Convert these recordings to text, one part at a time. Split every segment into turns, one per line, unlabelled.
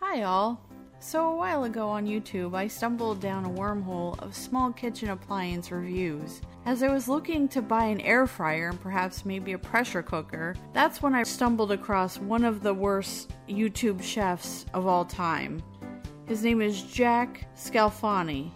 Hi, all. So, a while ago on YouTube, I stumbled down a wormhole of small kitchen appliance reviews. As I was looking to buy an air fryer and perhaps maybe a pressure cooker, that's when I stumbled across one of the worst YouTube chefs of all time. His name is Jack Scalfani,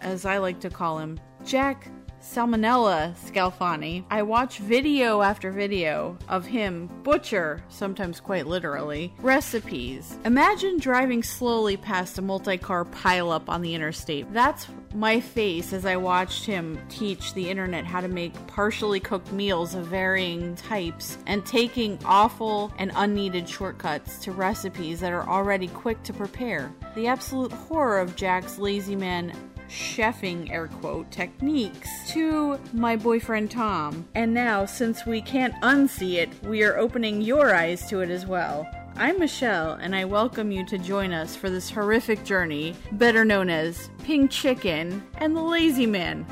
as I like to call him. Jack Salmonella Scalfani. I watch video after video of him butcher, sometimes quite literally, recipes. Imagine driving slowly past a multi car pileup on the interstate. That's my face as I watched him teach the internet how to make partially cooked meals of varying types and taking awful and unneeded shortcuts to recipes that are already quick to prepare. The absolute horror of Jack's lazy man chefing air quote techniques to my boyfriend Tom. And now, since we can't unsee it, we are opening your eyes to it as well. I'm Michelle, and I welcome you to join us for this horrific journey, better known as Pink Chicken and the Lazy Man.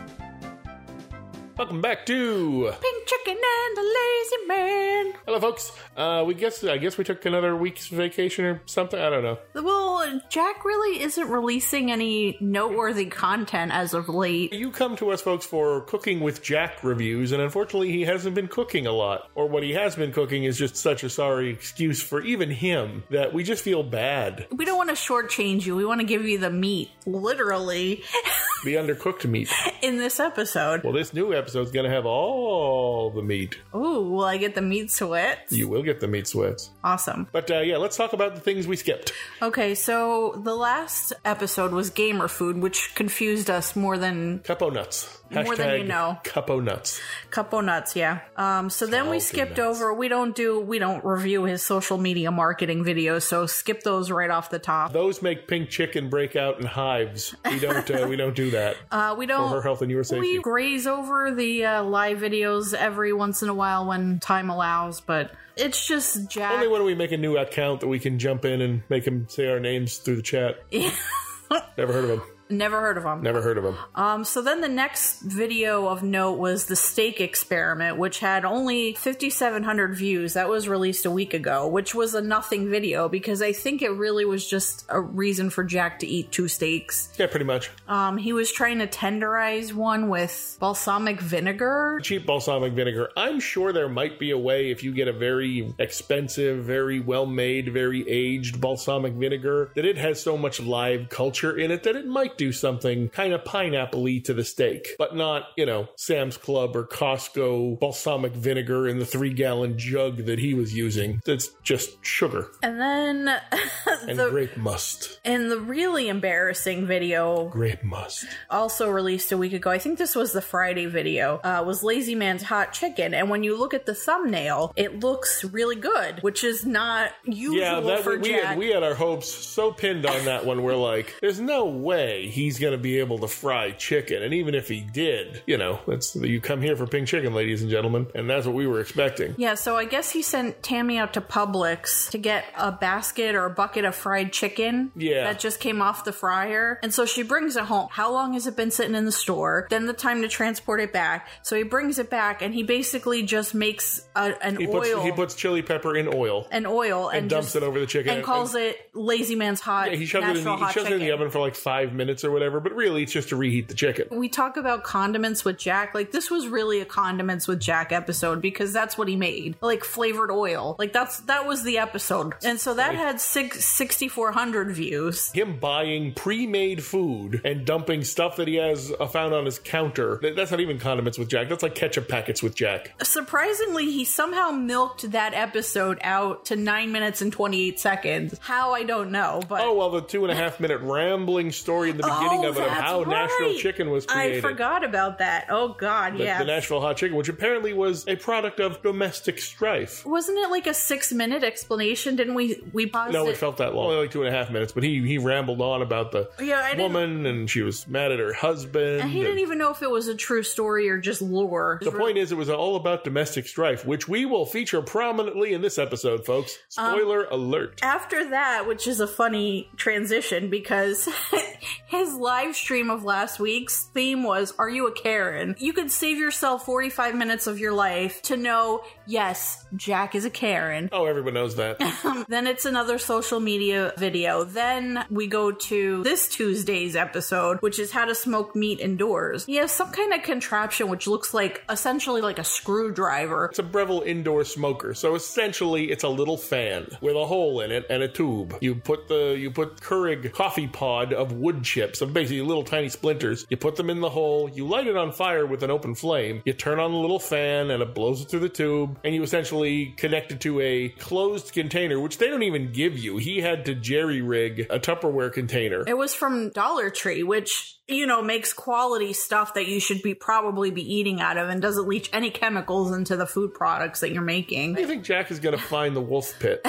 Welcome back to
Pink Chicken and the Lazy Man.
hello, folks. Uh, we guess I guess we took another week's vacation or something. I don't know.
Well, Jack really isn't releasing any noteworthy content as of late.
You come to us, folks, for cooking with Jack reviews, and unfortunately, he hasn't been cooking a lot, or what he has been cooking is just such a sorry excuse for even him that we just feel bad.
We don't want to shortchange you. We want to give you the meat, literally.
The undercooked meat.
in this episode.
Well, this new episode's gonna have all the meat.
Ooh, will I get the meat sweats?
You will get the meat sweats.
Awesome.
But uh, yeah, let's talk about the things we skipped.
Okay, so the last episode was gamer food, which confused us more than
Capo nuts. Hashtag
More than you know.
Capo nuts.
Cupo Nuts. Yeah. Um. So then we
Salty
skipped
nuts.
over. We don't do. We don't review his social media marketing videos. So skip those right off the top.
Those make pink chicken break out in hives. We don't. Uh, we don't do that.
Uh, we don't.
her health and your safety.
We graze over the uh, live videos every once in a while when time allows, but it's just Jack.
Only when we make a new account that we can jump in and make him say our names through the chat. Never heard of him.
Never heard of him.
Never heard of him.
Um, so then the next video of note was the steak experiment, which had only 5,700 views. That was released a week ago, which was a nothing video because I think it really was just a reason for Jack to eat two steaks.
Yeah, pretty much.
Um, he was trying to tenderize one with balsamic vinegar.
Cheap balsamic vinegar. I'm sure there might be a way if you get a very expensive, very well made, very aged balsamic vinegar that it has so much live culture in it that it might do something kind of pineapple y to the steak, but not, you know, Sam's Club or Costco balsamic vinegar in the three gallon jug that he was using. That's just sugar
And then
and
the.
grape must.
And the really embarrassing video
Grape must.
also released a week ago. I think this was the Friday video. Uh, was Lazy Man's hot chicken, and when you look at the thumbnail, it looks really good, which is not usual
Yeah, that
for
we
Jack.
had, we had our hopes so pinned on that one. We're like, there's no way he's going to be able to fry chicken, and even if he did, you know, that's you come here for pink chicken, ladies and gentlemen, and that's what we were expecting.
yeah, so I guess he sent Tammy out to Publix to get a basket or a bucket of fried chicken
Yeah.
that just came off the fryer. And so she brings it home. How long has it been sitting in the store? Then the time to transport it back. So he brings it back and he basically just makes a, an
He
oil.
puts he puts chili pepper in oil.
an oil and,
dumps
just-
it over the chicken
and
and-
calls it lazy man's hot
He shoves it in
natural
the, he
hot
shoves it
chicken.
in the oven for like five minutes or whatever, but really it's just to reheat the chicken.
We talk about condiments with Jack. Like this was really a condiments with Jack episode because that's what he made. Like flavored oil. Like that's that was the episode. And so that had six, 6400 views.
him buying pre-made food and dumping stuff that he has uh, found on his counter. Th- That's not even condiments with Jack. That's like ketchup packets with Jack.
Surprisingly, he somehow milked that episode out to 9 minutes and 28 seconds. How I don't know, but
Oh well, the two and a half minute rambling story in the beginning
Oh,
of it of
that's
how Nashville
right.
Chicken was created.
I forgot about that. Oh god,
The,
yeah.
the Nashville Hot Chicken, which apparently was a product of domestic strife.
Wasn't it like a six minute explanation? Didn't we we paused
No,
it?
it felt that long. Only like two and a half minutes, but he he rambled on about the
Yeah, I didn't-
woman and she was mad at her husband.
he
and-
didn't even know if it was a true story or just lore.
the point is, it was all about domestic strife, which we will feature prominently in this episode,
Um,
folks. Spoiler alert.
After that, which is a funny transition because His live stream of last week's theme was Are You a Karen? You could save yourself 45 minutes of your life to know, yes, Jack is a Karen. Um,
Oh, everyone knows that.
then it's another social media video. Then we go to this Tuesday's episode, which is how to smoke meat indoors. He has some kind of contraption which looks like essentially like a screwdriver.
It's a Breville indoor smoker. So essentially, it's a little fan with a hole in it and a tube. You put the you put Keurig coffee pod of wood chips, of basically little tiny splinters. You put them in the hole. You light it on fire with an open flame. You turn on the little fan and it blows it through the tube. And you essentially connect it to a closed container, which they don't even give you. He had to jerry rig a Tupperware container.
It was from Dollar Tree, which you know makes quality stuff that you should be probably be eating out of and doesn't leach any chemicals into the food products that you're making.
Do you think Jack is going to find the wolf pit?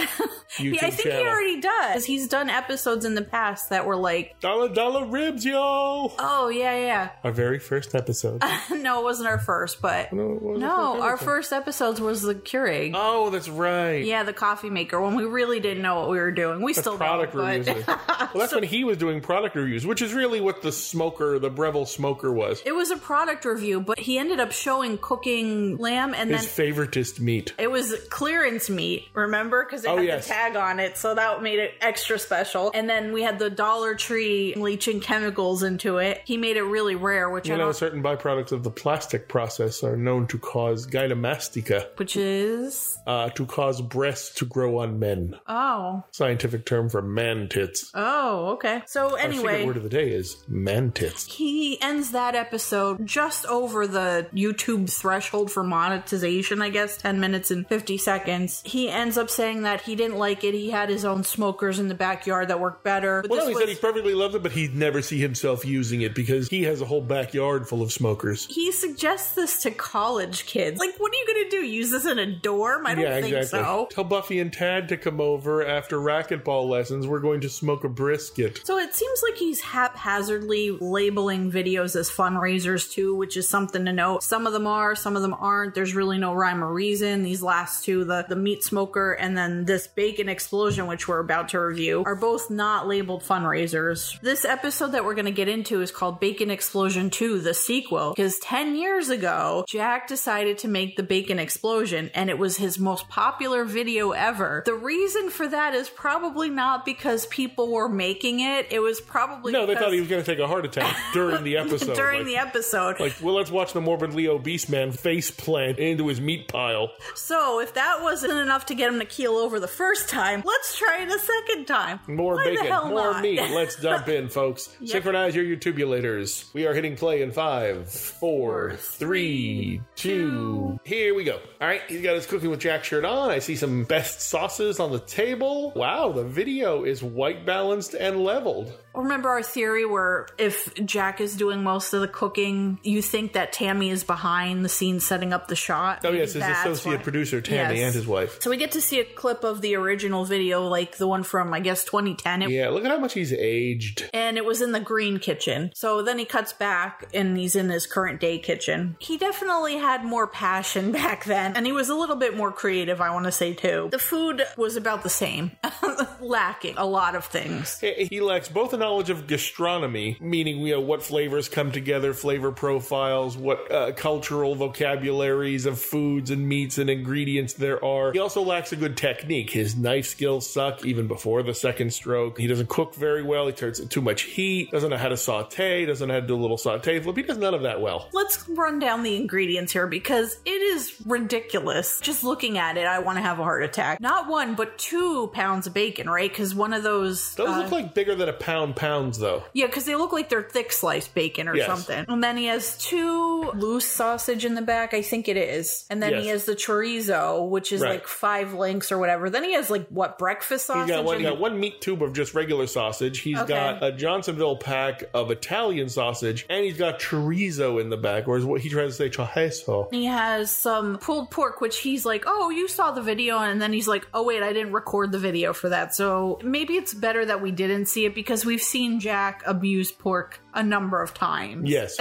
YouTube
Yeah, I think he
channel.
already does. He's done episodes in the past that were like,
Dollar dollar ribs, yo!
oh, yeah, yeah.
Our very first episode.
no, it wasn't our first, but.
No, it wasn't
No, our
episode.
first episodes was the Keurig.
Oh, that's right.
yeah, the coffee maker, when we really didn't know what we were doing. We still
product
don't,
reviews. eh?
but
well, that's when he was doing product reviews, which is really what the smoker, the Breville smoker, was.
it was a product review, but he ended up showing cooking lamb and
His
then
favoritist meat.
It was clearance meat, remember? Because it
Oh,
had
yes.
the tag on it, so that made it extra special. And then we had the Dollar Tree leaching chemicals into it. He made it really rare, which
You
I
know,
don't.
certain byproducts of the plastic process are known to cause gynomastica,
Which is
uh, to cause breasts to grow on men.
oh
Scientific term for man tits.
oh okay. So
Our secret
anyway,
word of the day is man tits.
he ends that episode just over the YouTube threshold for monetization, I guess, 10 minutes and 50 seconds. He ends up saying that he didn't like it. He had his own smokers in the backyard that worked better. But
Well, no,
this
he
was-
said he perfectly loved it, but he'd never see himself using it because he has a whole backyard full of smokers.
he suggests this to college kids. Like, what are you going to do? Use this in a dorm? I don't
yeah,
think
exactly.
so.
Tell Buffy and Tad to come over after racquetball lessons. We're going to smoke a brisket.
So it seems like he's haphazardly labeling videos as fundraisers too, which is something to note. Some of them are, some of them aren't. There's really no rhyme or reason. These last two, the, the meat smoker and then this bacon explosion, which we're about to review, are both not labeled fundraisers. This episode that we're going to get into is called Bacon Explosion 2, the sequel, because 10 years ago, Jack decided to make the bacon explosion and it was his most popular video ever. The reason for that is probably not because people were making it. It was probably
No, they
because
thought he was going to take a heart attack during the episode.
during
like,
the episode.
like, well, let's watch the morbidly obese man face plant into his meat pile.
so if that wasn't enough to get him to keel over the first time, let's try it a second time.
More
Why the
bacon,
hell
more
not?
meat. Let's dump in, folks. Synchronize your utubulators. We are hitting play in five, four, three, two. Here we go. All right, he's got his cooking with Jack shirt on. I see some best sauces on the table. Wow, the video is white balanced and leveled.
Remember our theory where if Jack is doing most of the cooking, you think that Tammy is behind the scenes setting up the shot?
Oh yes, his
That's
associate
why-
producer Tammy
Yes.
and his wife.
So we get to see a clip of the original video, like the one from I guess 2010. It-
Yeah, look at how much he's aged.
And it was in the green kitchen. So then he cuts back and he's in his current day kitchen. He definitely had more passion back then. And he was a little bit more creative, I want to say, too. The food was about the same, lacking a lot of things.
He he lacks both a knowledge of gastronomy, meaning you know what flavors come together, flavor profiles, what uh, cultural vocabularies of foods and meats and ingredients there are. He also lacks a good technique. His knife skills suck even before the second stroke. He doesn't cook very well. He turns to too much heat. Doesn't know how to saute. Doesn't know how to do a little saute flip. He does none of that well.
Let's run down the ingredients here because it is ridiculous. Just looking at it, I want to have a heart attack. Not one, but two pounds of bacon, right? Because one of those.
Those
uh,
look like bigger than a pound pounds though.
Yeah, because they look like they're thick sliced bacon or
Yes.
something. And then he has two loose sausage in the back, I think it is. And then he
Yes.
has the chorizo, which is
Right.
like five links or whatever. Then he has like what breakfast sausage?
He's got one,
in
he got one meat tube of just regular sausage. He's
Okay.
got a Johnsonville pack of Italian sausage, and he's got chorizo in the back, or is what he tries to say chorizo.
He has some pulled pork, which he's like, "Oh, you saw the video," and then he's like, "Oh wait, I didn't record the video for that." So maybe it's better that we didn't see it because we've seen Jack abuse pork a number of times.
Yes,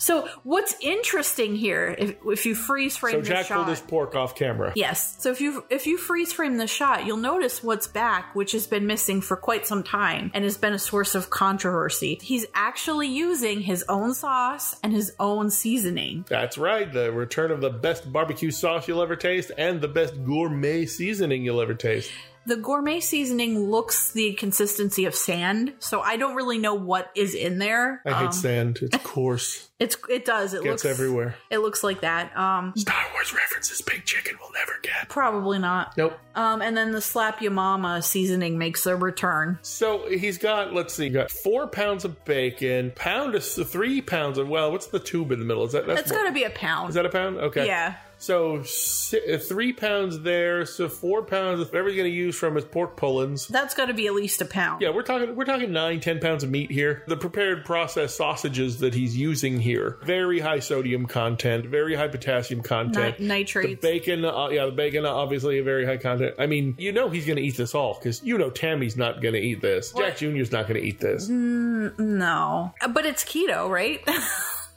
So what's interesting here, if, if you freeze frame
So
the
Jack
shot,
pulled his pork off camera.
Yes. So if you if you freeze frame the shot, you'll notice what's back, which has been missing for quite some time and has been a source of controversy. He's actually using his own sauce and his own seasoning.
That's right, the return of the best barbecue sauce you'll ever taste and the best gourmet seasoning you'll ever taste.
The gourmet seasoning looks the consistency of sand, so I don't really know what is in there.
I hate
Um,
sand. It's coarse.
It's it does. It
Gets
looks
everywhere.
It looks like that. Um,
Star Wars references Big Chicken will never get.
probably not.
Nope.
Um, and then the slap your mama seasoning makes a return.
So he's got, let's see, he got four pounds of bacon, pound of three pounds of, well, what's the tube in the middle? Is that that's
That's got to be a pound.
is that a pound? Okay.
yeah.
So si- uh, three pounds there, so four pounds of whatever he's going to use from his pork pullings.
That's got to be at least a pound.
Yeah, we're talking we're talking nine, ten pounds of meat here. The prepared processed sausages that he's using here, very high sodium content, very high potassium
Ni-
content. the
nitrates.
bacon, uh, yeah, the bacon uh, obviously a very high content. I mean, you know he's going to eat this all because you know Tammy's not going to eat this. Jack Junior's not going to eat this.
no, Uh, but it's keto, right?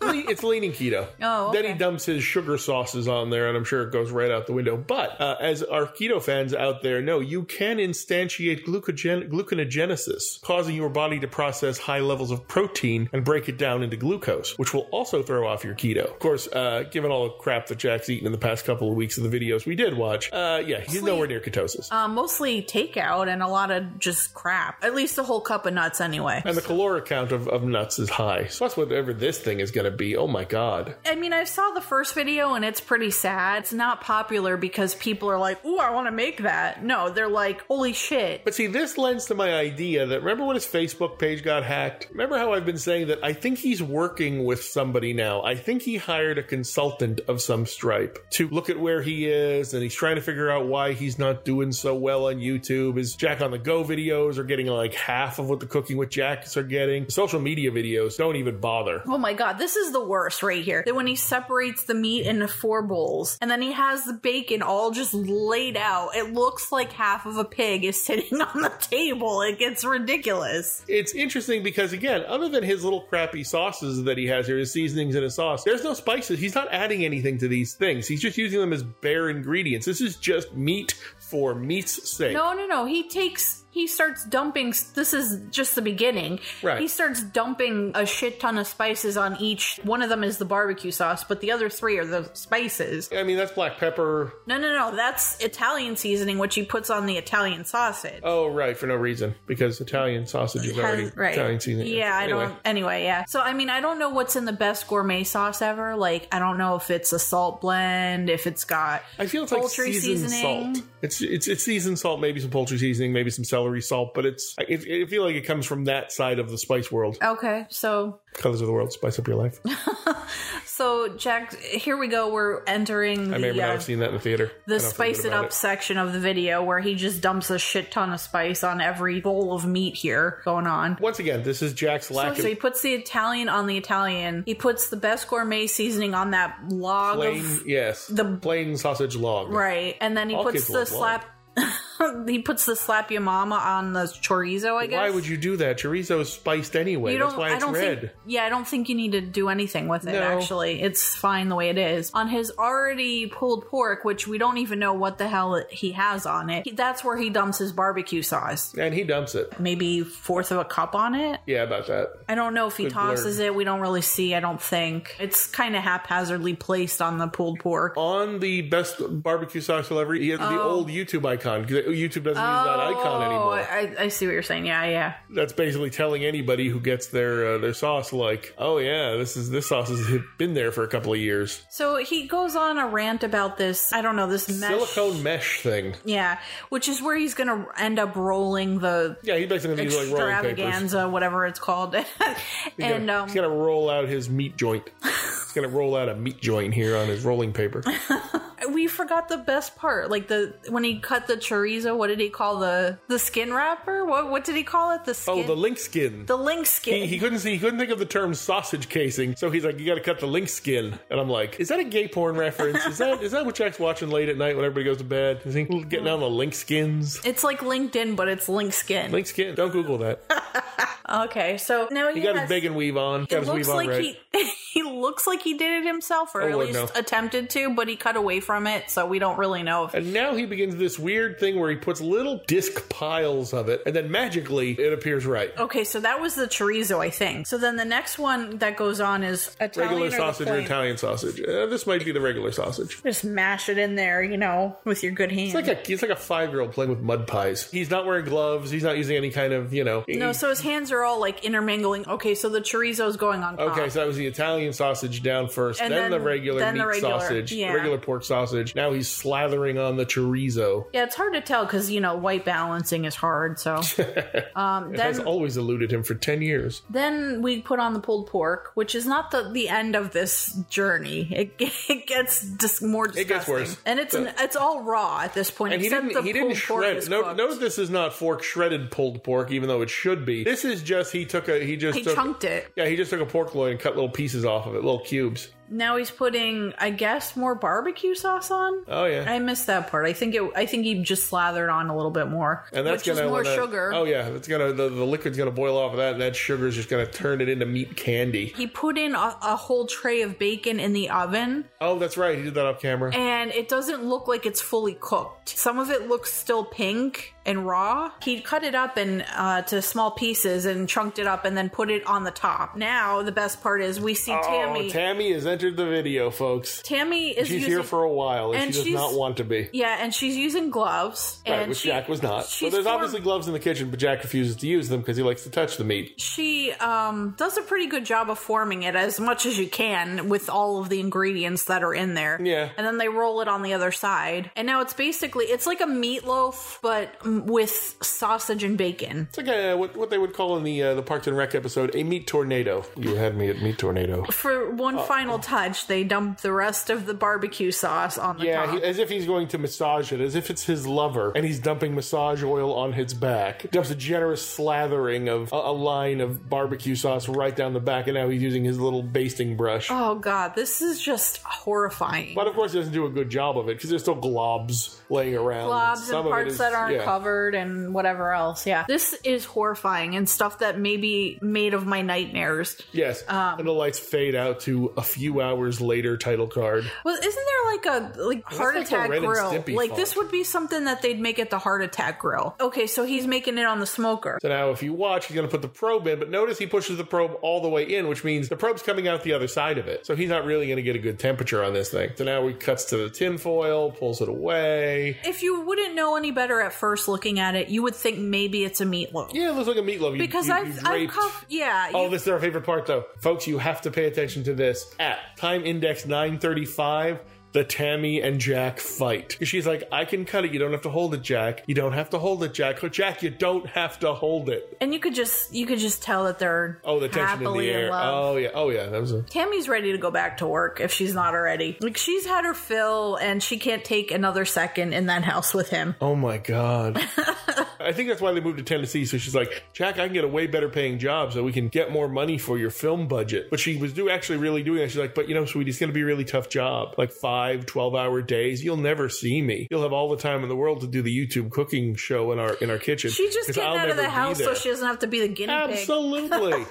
Le- it's leaning keto.
Oh, okay.
Then he dumps his sugar sauces on there, and I'm sure it goes right out the window. But uh, as our keto fans out there know, you can instantiate glucogen- gluconeogenesis, causing your body to process high levels of protein and break it down into glucose, which will also throw off your keto. Of course, uh, given all the crap that Jack's eaten in the past couple of weeks of the videos we did watch, uh, yeah, he's nowhere near ketosis.
uh, mostly takeout and a lot of just crap. At least a whole cup of nuts, anyway.
and the caloric count of, of nuts is high. So that's whatever this thing is going to be. Oh my God.
I mean, I saw the first video and it's pretty sad. It's not popular because people are like, "Ooh, I want to make that." No, they're like, "Holy shit!"
But see, this lends to my idea that remember when his Facebook page got hacked? Remember how I've been saying that I think he's working with somebody now. I think he hired a consultant of some stripe to look at where he is and he's trying to figure out why he's not doing so well on YouTube. His Jack on the Go videos are getting like half of what the Cooking with Jacks are getting. Social media videos don't even bother.
Oh my god, this is the worst right here. That when he separates the meat into four bowls and then he has the bacon all just laid out, it looks like half of a pig is sitting on the table. It gets ridiculous.
It's interesting because again, other than his little crappy sauces that he has here, his seasonings and his sauce, there's no spices. He's not adding anything to these things. He's just using them as bare ingredients. This is just meat for meat's sake.
No, no, no. He takes. He starts dumping. This is just the beginning.
Right.
He starts dumping a shit ton of spices on each. One of them is the barbecue sauce, but the other three are the spices.
I mean, that's black pepper.
No, no, no. That's Italian seasoning, which he puts on the Italian sausage.
Oh, right, for no reason because Italian sausage is already
Has- right.
Italian seasoning.
Yeah, I
Anyway.
don't. Anyway, yeah. So I mean, I don't know what's in the best gourmet sauce ever. Like, I don't know if it's a salt blend, if it's got
I feel it's
Poultry
like seasoned
seasoning.
salt. It's it's it's seasoned salt, maybe some poultry seasoning, maybe some celery salt, but it's I, it, I feel like it comes from that side of the spice world,
okay. So
colors of the world, spice up your life.
so Jack, here we go. We're entering the
I may or may not
uh,
have seen that in the theater. I
the
don't feel
spice
good
it
about
up section of the video where he just dumps a shit ton of spice on every bowl of meat here going on.
Once again, this is Jack's lack
So he
of
puts the Italian on the Italian. He puts the best gourmet seasoning on that log
plain,
of
yes,
the-
the plain sausage log.
right, and then he
All
puts
kids
the
love log.
slap. he puts the slap your mama on the chorizo. I guess.
Why would you do that? Chorizo is spiced anyway.
You
That's
don't-
why
I
it's
don't
red.
Think, yeah, I don't think you need to do anything with it.
No.
Actually, it's fine the way it is. On his already pulled pork, which we don't even know what the hell he has on it. he- that's where he dumps his barbecue sauce.
and he dumps it.
Maybe fourth of a cup on it.
Yeah, about that.
I don't know if he
Good
tosses it. We don't really see. I don't think it's kind of haphazardly placed on the pulled pork.
On the best barbecue sauce you'll ever eat, the old YouTube icon. 'cause YouTube doesn't use that
Oh,
icon anymore.
I, I see what you're saying. Yeah, yeah.
That's basically telling anybody who gets their uh, their sauce, like, oh yeah, this is this sauce has been there for a couple of years.
So he goes on a rant about this. I don't know this mesh.
Silicone mesh thing.
Yeah, which is where he's going to end up rolling the
Yeah, he basically uses like rolling papers.
extravaganza, whatever it's called. and
gonna-
um,
he's gonna roll out his meat joint. he's gonna roll out a meat joint here on his rolling paper.
we forgot the best part, like the when he cut the chorizo. What did he call the the skin wrapper? What what did he call it? The skin.
Oh, the link skin.
the link
he,
skin.
he couldn't see. He couldn't think of the term sausage casing, so he's like, "You got to cut the link skin." And I'm like, "Is that a gay porn reference? Is that is that what Jack's watching late at night when everybody goes to bed? Is he getting on the link skins?"
it's like LinkedIn, but it's link skin.
Link skin. Don't Google that.
okay, so now he,
He got
has,
his bacon weave on. Got
It
his
looks
weave on
like
right.
he he looks like he did it himself, or
Oh,
at
Lord,
least
no.
attempted to, but he cut away from it, so we don't really know if.
And now he begins this weird thing where he puts little disc piles of it, and then magically it appears right.
Okay, so that was the chorizo, I think. So then the next one that goes on is Italian
regular
or the
sausage or
plain?
Italian sausage? Uh, this might be the regular sausage.
Just mash it in there, you know, with your good hand.
It's like a he's like a five year old playing with mud pies. He's not wearing gloves. He's not using any kind of you know.
no, so his hands are all like intermingling. Okay, so the chorizo's going on. top.
Okay, so that was the Italian sausage down first,
uh, And then-
then, the regular
then
meat
the regular,
sausage,
yeah.
regular pork sausage. Now he's slathering on the chorizo.
Yeah, it's hard to tell because you know white balancing is hard. So um,
Has
then
always eluded him for ten years.
then we put on the pulled pork, which is not the the end of this journey. It, it gets dis- more disgusting.
gets worse.
and it's an, it's all raw at this point.
And he
except
didn't.
the
He didn't
pulled pork
shred.
is
No,
cooked.
note this is not fork shredded pulled pork, even though it should be. This is just he took a he just
he
took,
chunked it.
Yeah, he just took a pork loin and cut little pieces off of it, little cubes.
Now he's putting, I guess, more barbecue sauce on.
Oh yeah,
I missed that part. I think it. I think he just slathered on a little bit more,
and that's
which
gonna
is more
wanna-
sugar.
Oh yeah, it's gonna the, the liquid's gonna boil off of that, and that sugar's just gonna turn it into meat candy.
He put in a, a whole tray of bacon in the oven,
Oh, that's right, he did that off camera.
and it doesn't look like it's fully cooked. Some of it looks still pink and raw. He cut it up and uh, to small pieces and chunked it up, and then put it on the top. Now the best part is we see
Oh,
Tammy.
Tammy has entered the video, folks.
Tammy is
She's
using,
here for a while, and,
and
she does
she's-
not want to be.
yeah, and she's using gloves,
Right,
and
which
she-
Jack was not. So
she's
there's
form-
obviously gloves in the kitchen, but Jack refuses to use them because he likes to touch the meat.
she um, does a pretty good job of forming it as much as you can with all of the ingredients that are in there.
Yeah.
And then they roll it on the other side. And now it's basically, it's like a meatloaf, but mm, with sausage and bacon.
It's like a, what, what they would call in the uh, the Parks and Rec episode a meat tornado. You had me at meat tornado.
For one
Oh.
final touch, they dump the rest of the barbecue sauce on the
Yeah,
top.
he, uh, as if he's going to massage it, as if it's his lover, and he's dumping massage oil on his back. Dumps a generous slathering of a, a line of barbecue sauce right down the back, and now he's using his little basting brush.
oh, God, this is just horrifying.
But of course, he doesn't do a good job of it because there's still globs laying around.
blobs
Some
and
of it
parts
is-
that aren't
yeah.
covered and whatever else. Yeah. This is horrifying and stuff that may be made of my nightmares.
Yes,
Um,
and the lights fade out to a few hours later. Title card.
Well, isn't there like a like heart
like a
attack
Ren and
grill?
Stimpy
Like
font.
this would be something that they'd make at the heart attack grill. Okay, so he's making it on the smoker.
So now, if you watch, he's going to put the probe in, but notice he pushes the probe all the way in, which means the probe's coming out the other side of it. So he's not really going to get a good temperature on this thing. So now he cuts to the tinfoil, pulls it away.
If you wouldn't know any better at first looking at it, you would think maybe it's a meatloaf.
Yeah, it looks like a meatloaf. You,
Because
you, you
I've, I've
draped-
cuff- yeah,
Oh,
you-
this is our favorite part, though. Folks, you have to pay attention to this. At time index 935, the Tammy and Jack fight. She's like, I can cut it. You don't have to hold it, Jack. You don't have to hold it, Jack. Oh, Jack, you don't have to hold it.
and you could just you could just tell that they're
Oh, the tension in
happily
the air.
love.
Oh, yeah. Oh, yeah. That was a.
Tammy's ready to go back to work if she's not already. Like she's had her fill and she can't take another second in that house with him.
Oh, my God. I think that's why they moved to Tennessee. So she's like, Jack, I can get a way better paying job so we can get more money for your film budget. But she was do actually really doing that. She's like, but you know, sweetie, it's going to be a really tough job. Like five, 12 hour days. You'll never see me. You'll have all the time in the world to do the YouTube cooking show in our, in our kitchen.
She's just
'Cause
getting
I'll
out of
never
the
be
house so
there."
she doesn't have to be the guinea pig.
Absolutely.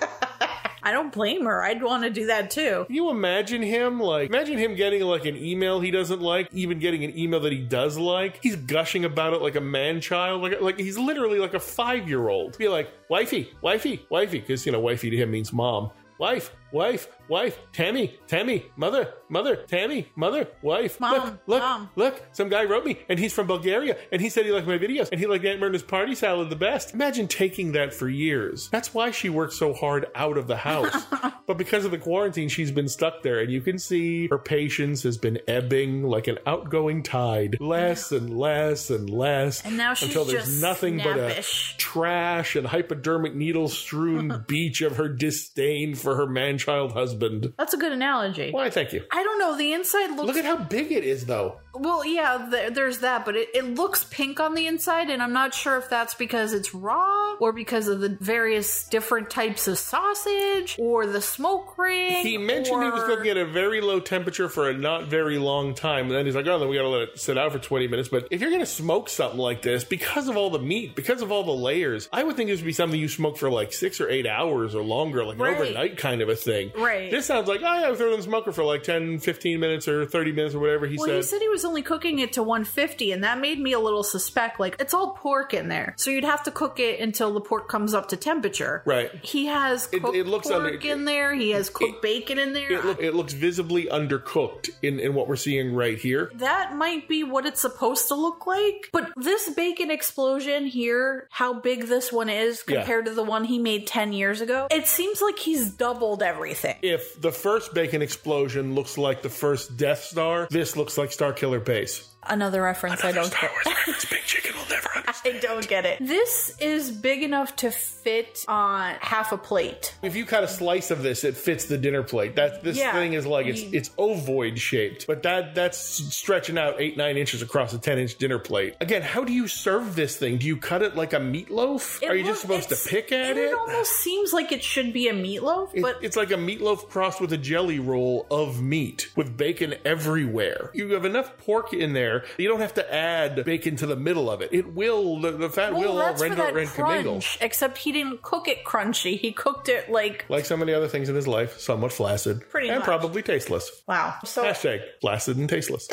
I don't blame her. I'd want to do that too.
Can you imagine him like imagine him getting like an email he doesn't like, even getting an email that he does like. He's gushing about it like a man child, like like he's literally like a five year old. Be like, wifey, wifey, wifey, because you know wifey to him means mom. Wife, wife, wife, Tammy, Tammy, mother, mother, Tammy, mother, wife.
Mom,
look, look,
mom.
look, some guy wrote me, and he's from Bulgaria, and he said he liked my videos, and he liked Aunt Myrna's party salad the best. Imagine taking that for years. That's why she worked so hard out of the house. but because of the quarantine, she's been stuck there, and you can see her patience has been ebbing like an outgoing tide, less and less and less,
And now she's
until there's
just
nothing but a
snappish.
trash and hypodermic needle strewn beach of her disdain for her man child husband.
That's a good analogy.
Why, thank you.
I don't know. The inside looks
Look at how big it is, though.
Well, yeah, th- there's that, but it, it looks pink on the inside, and I'm not sure if that's because it's raw or because of the various different types of sausage or the smoke ring.
He mentioned he was
or-
cooking at a very low temperature for a not very long time, and then he's like, "Oh, then we gotta let it sit out for 20 minutes." But if you're gonna smoke something like this, because of all the meat, because of all the layers, I would think this would be something you smoke for like six or eight hours or longer, like
Right.
an overnight kind of a thing.
Right.
This sounds like, oh yeah, throw it in the smoker for like 10, 15 minutes or 30 minutes or whatever he
Well,
said.
he said he was only cooking it to 150, and that made me a little suspect. Like, it's all pork in there, so you'd have to cook it until the pork comes up to temperature.
Right.
He has
It-
cooked
it looks
pork
under-
in there. He has cooked bacon in there.
it, look, it looks visibly undercooked in, in what we're seeing right here.
that might be what it's supposed to look like. But this bacon explosion here, how big this one is
Yeah.
compared to the one he made 10 years ago, it seems like he's doubled everything.
If the first bacon explosion looks like the first Death Star, this looks like Star Killer Base.
Another reference I don't get.
Wars Big Chicken will never
I don't get it. This is big enough to fit on half a plate.
If you cut a slice of this, it fits the dinner plate. That this
Yeah.
thing is like it's
You-
it's ovoid shaped, but that that's stretching out eight nine inches across a ten inch dinner plate. Again, how do you serve this thing? Do you cut it like a meatloaf?
It
Are you
loo-
just supposed to
it's-
pick at
and
it?
It almost seems like it should be a meatloaf,
It-
but
it's like a meatloaf crossed with a jelly roll of meat with bacon everywhere. You have enough pork in there; you don't have to add bacon to the middle of it. It will the, the fat
well,
will all
oh, that's for
render
that
it and commingle.
crunch. Except he didn't cook it crunchy. He cooked it like
Like so many other things in his life, somewhat flaccid
Pretty
and
much.
probably tasteless.
wow. So
Hashtag flaccid and tasteless.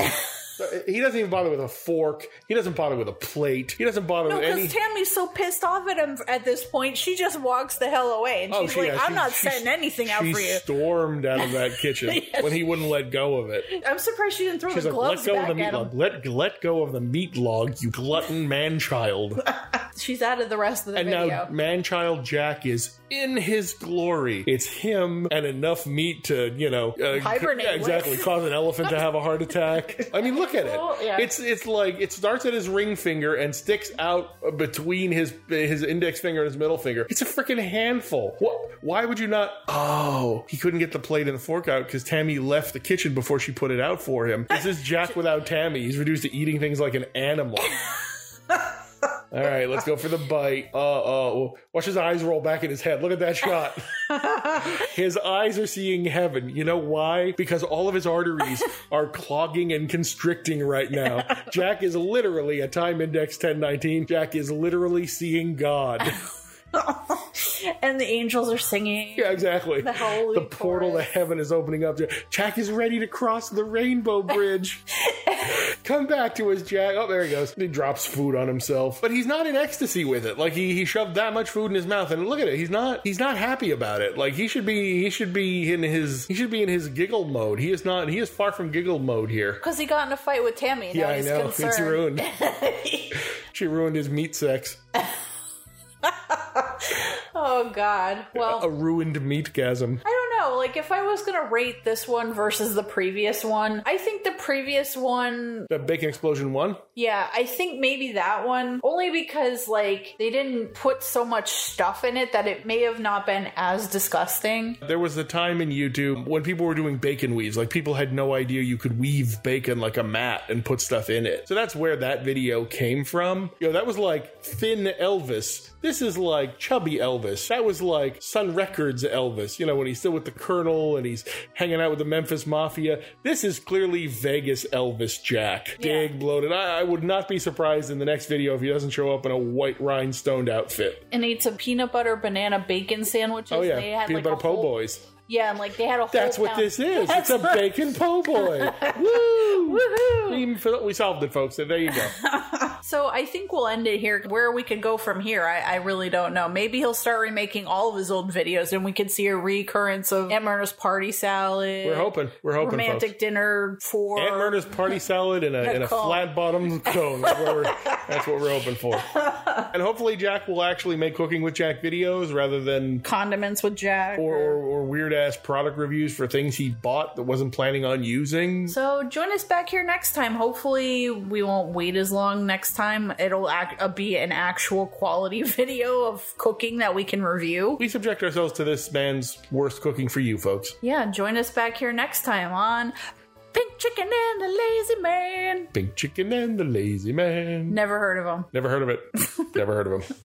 So, uh, he doesn't even bother with a fork. He doesn't bother with a plate. He doesn't bother
No,
with any.
because Tammy's so pissed off at him at this point, she just walks the hell away, and
Oh,
she's
she-
like,
yeah,
"I'm
she-
not
she-
setting anything out
she
for you."
stormed out of that kitchen
Yes.
when he wouldn't let go of it.
I'm surprised she didn't throw
She's
the
like, let
gloves
go of
back
the
at
meat
him.
log. Let, let go of the meat log, you glutton man child.
She's out of the rest of the
And
video.
now man child Jack is in his glory. It's him and enough meat to, you know, uh,
Hibernate
yeah,
with.
exactly. Cause an elephant to have a heart attack. I mean, look at it.
Well, yeah.
It's it's like it starts at his ring finger and sticks out between his his index finger and his middle finger. It's a freaking handful. What? Why would you not? Oh, he couldn't get the plate and the fork out because Tammy left the kitchen before she put it out for him. This is Jack without Tammy. He's reduced to eating things like an animal. All right, let's go for the bite. Uh, oh, watch his eyes roll back in his head. Look at that shot. his eyes are seeing heaven. You know why? Because all of his arteries are clogging and constricting right now. Jack is literally a time index 1019. Jack is literally seeing God.
and the angels are singing.
Yeah, exactly. The,
holy
portal to
chorus.
heaven is opening up. Jack is ready to cross the rainbow bridge. Come back to us, Jack. Oh, there he goes. He drops food on himself, but he's not in ecstasy with it. Like he, he shoved that much food in his mouth, and look at it. He's not he's not happy about it. Like he should be he should be in his he should be in his giggle mode. He is not he is far from giggle mode here.
Because he got in a fight with Tammy. and
Yeah,
now
I
he's
know.
Concerned.
It's ruined. she ruined his meat sex.
Oh God. Well,
A ruined meat gasm.
I don't know. Like, if I was gonna rate this one versus the previous one, I think the previous one
The bacon explosion one.
Yeah, I think maybe that one only because like they didn't put so much stuff in it that it may have not been as disgusting.
There was a time in YouTube when people were doing bacon weaves. Like people had no idea you could weave bacon like a mat and put stuff in it. So that's where that video came from. Yo, that was like thin Elvis. This is like chubby Elvis. That was like Sun Records Elvis. You know when he's still with the Colonel and he's hanging out with the Memphis Mafia. This is clearly Vegas Elvis Jack.
Yeah.
Big bloated. I, I would not be surprised in the next video if he doesn't show up in a white rhinestoned outfit.
And it's a peanut butter banana bacon sandwiches.
Oh
they
yeah,
had,
peanut
like, a
butter po'
whole-
boys.
Yeah, and like they had a whole.
That's what
pound-
this is.
That's
It's a
what-
bacon po' boy. Woo!
Woohoo!
We, we solved it, folks. So there you go.
So I think we'll end it here. Where we could go from here, I, I really don't know. Maybe he'll start remaking all of his old videos, and we could see a recurrence of Aunt Myrna's party salad.
We're hoping. We're hoping,
romantic
folks.
dinner for
Aunt Myrna's party salad in a, in a
cone.
flat bottom cone. That's what, we're, that's what we're hoping for. And hopefully, Jack will actually make cooking with Jack videos rather than
condiments with Jack.
or, or, or weird ass product reviews for things he bought that wasn't planning on using.
So join us back here next time. Hopefully, we won't wait as long next time. It'll act, uh, be an actual quality video of cooking that we can review.
We subject ourselves to this man's worst cooking for you, folks.
Yeah, join us back here next time on Pink Big Chicken and the Lazy Man.
Big Chicken and the Lazy Man.
Never heard of him.
Never heard of it. Never heard of him.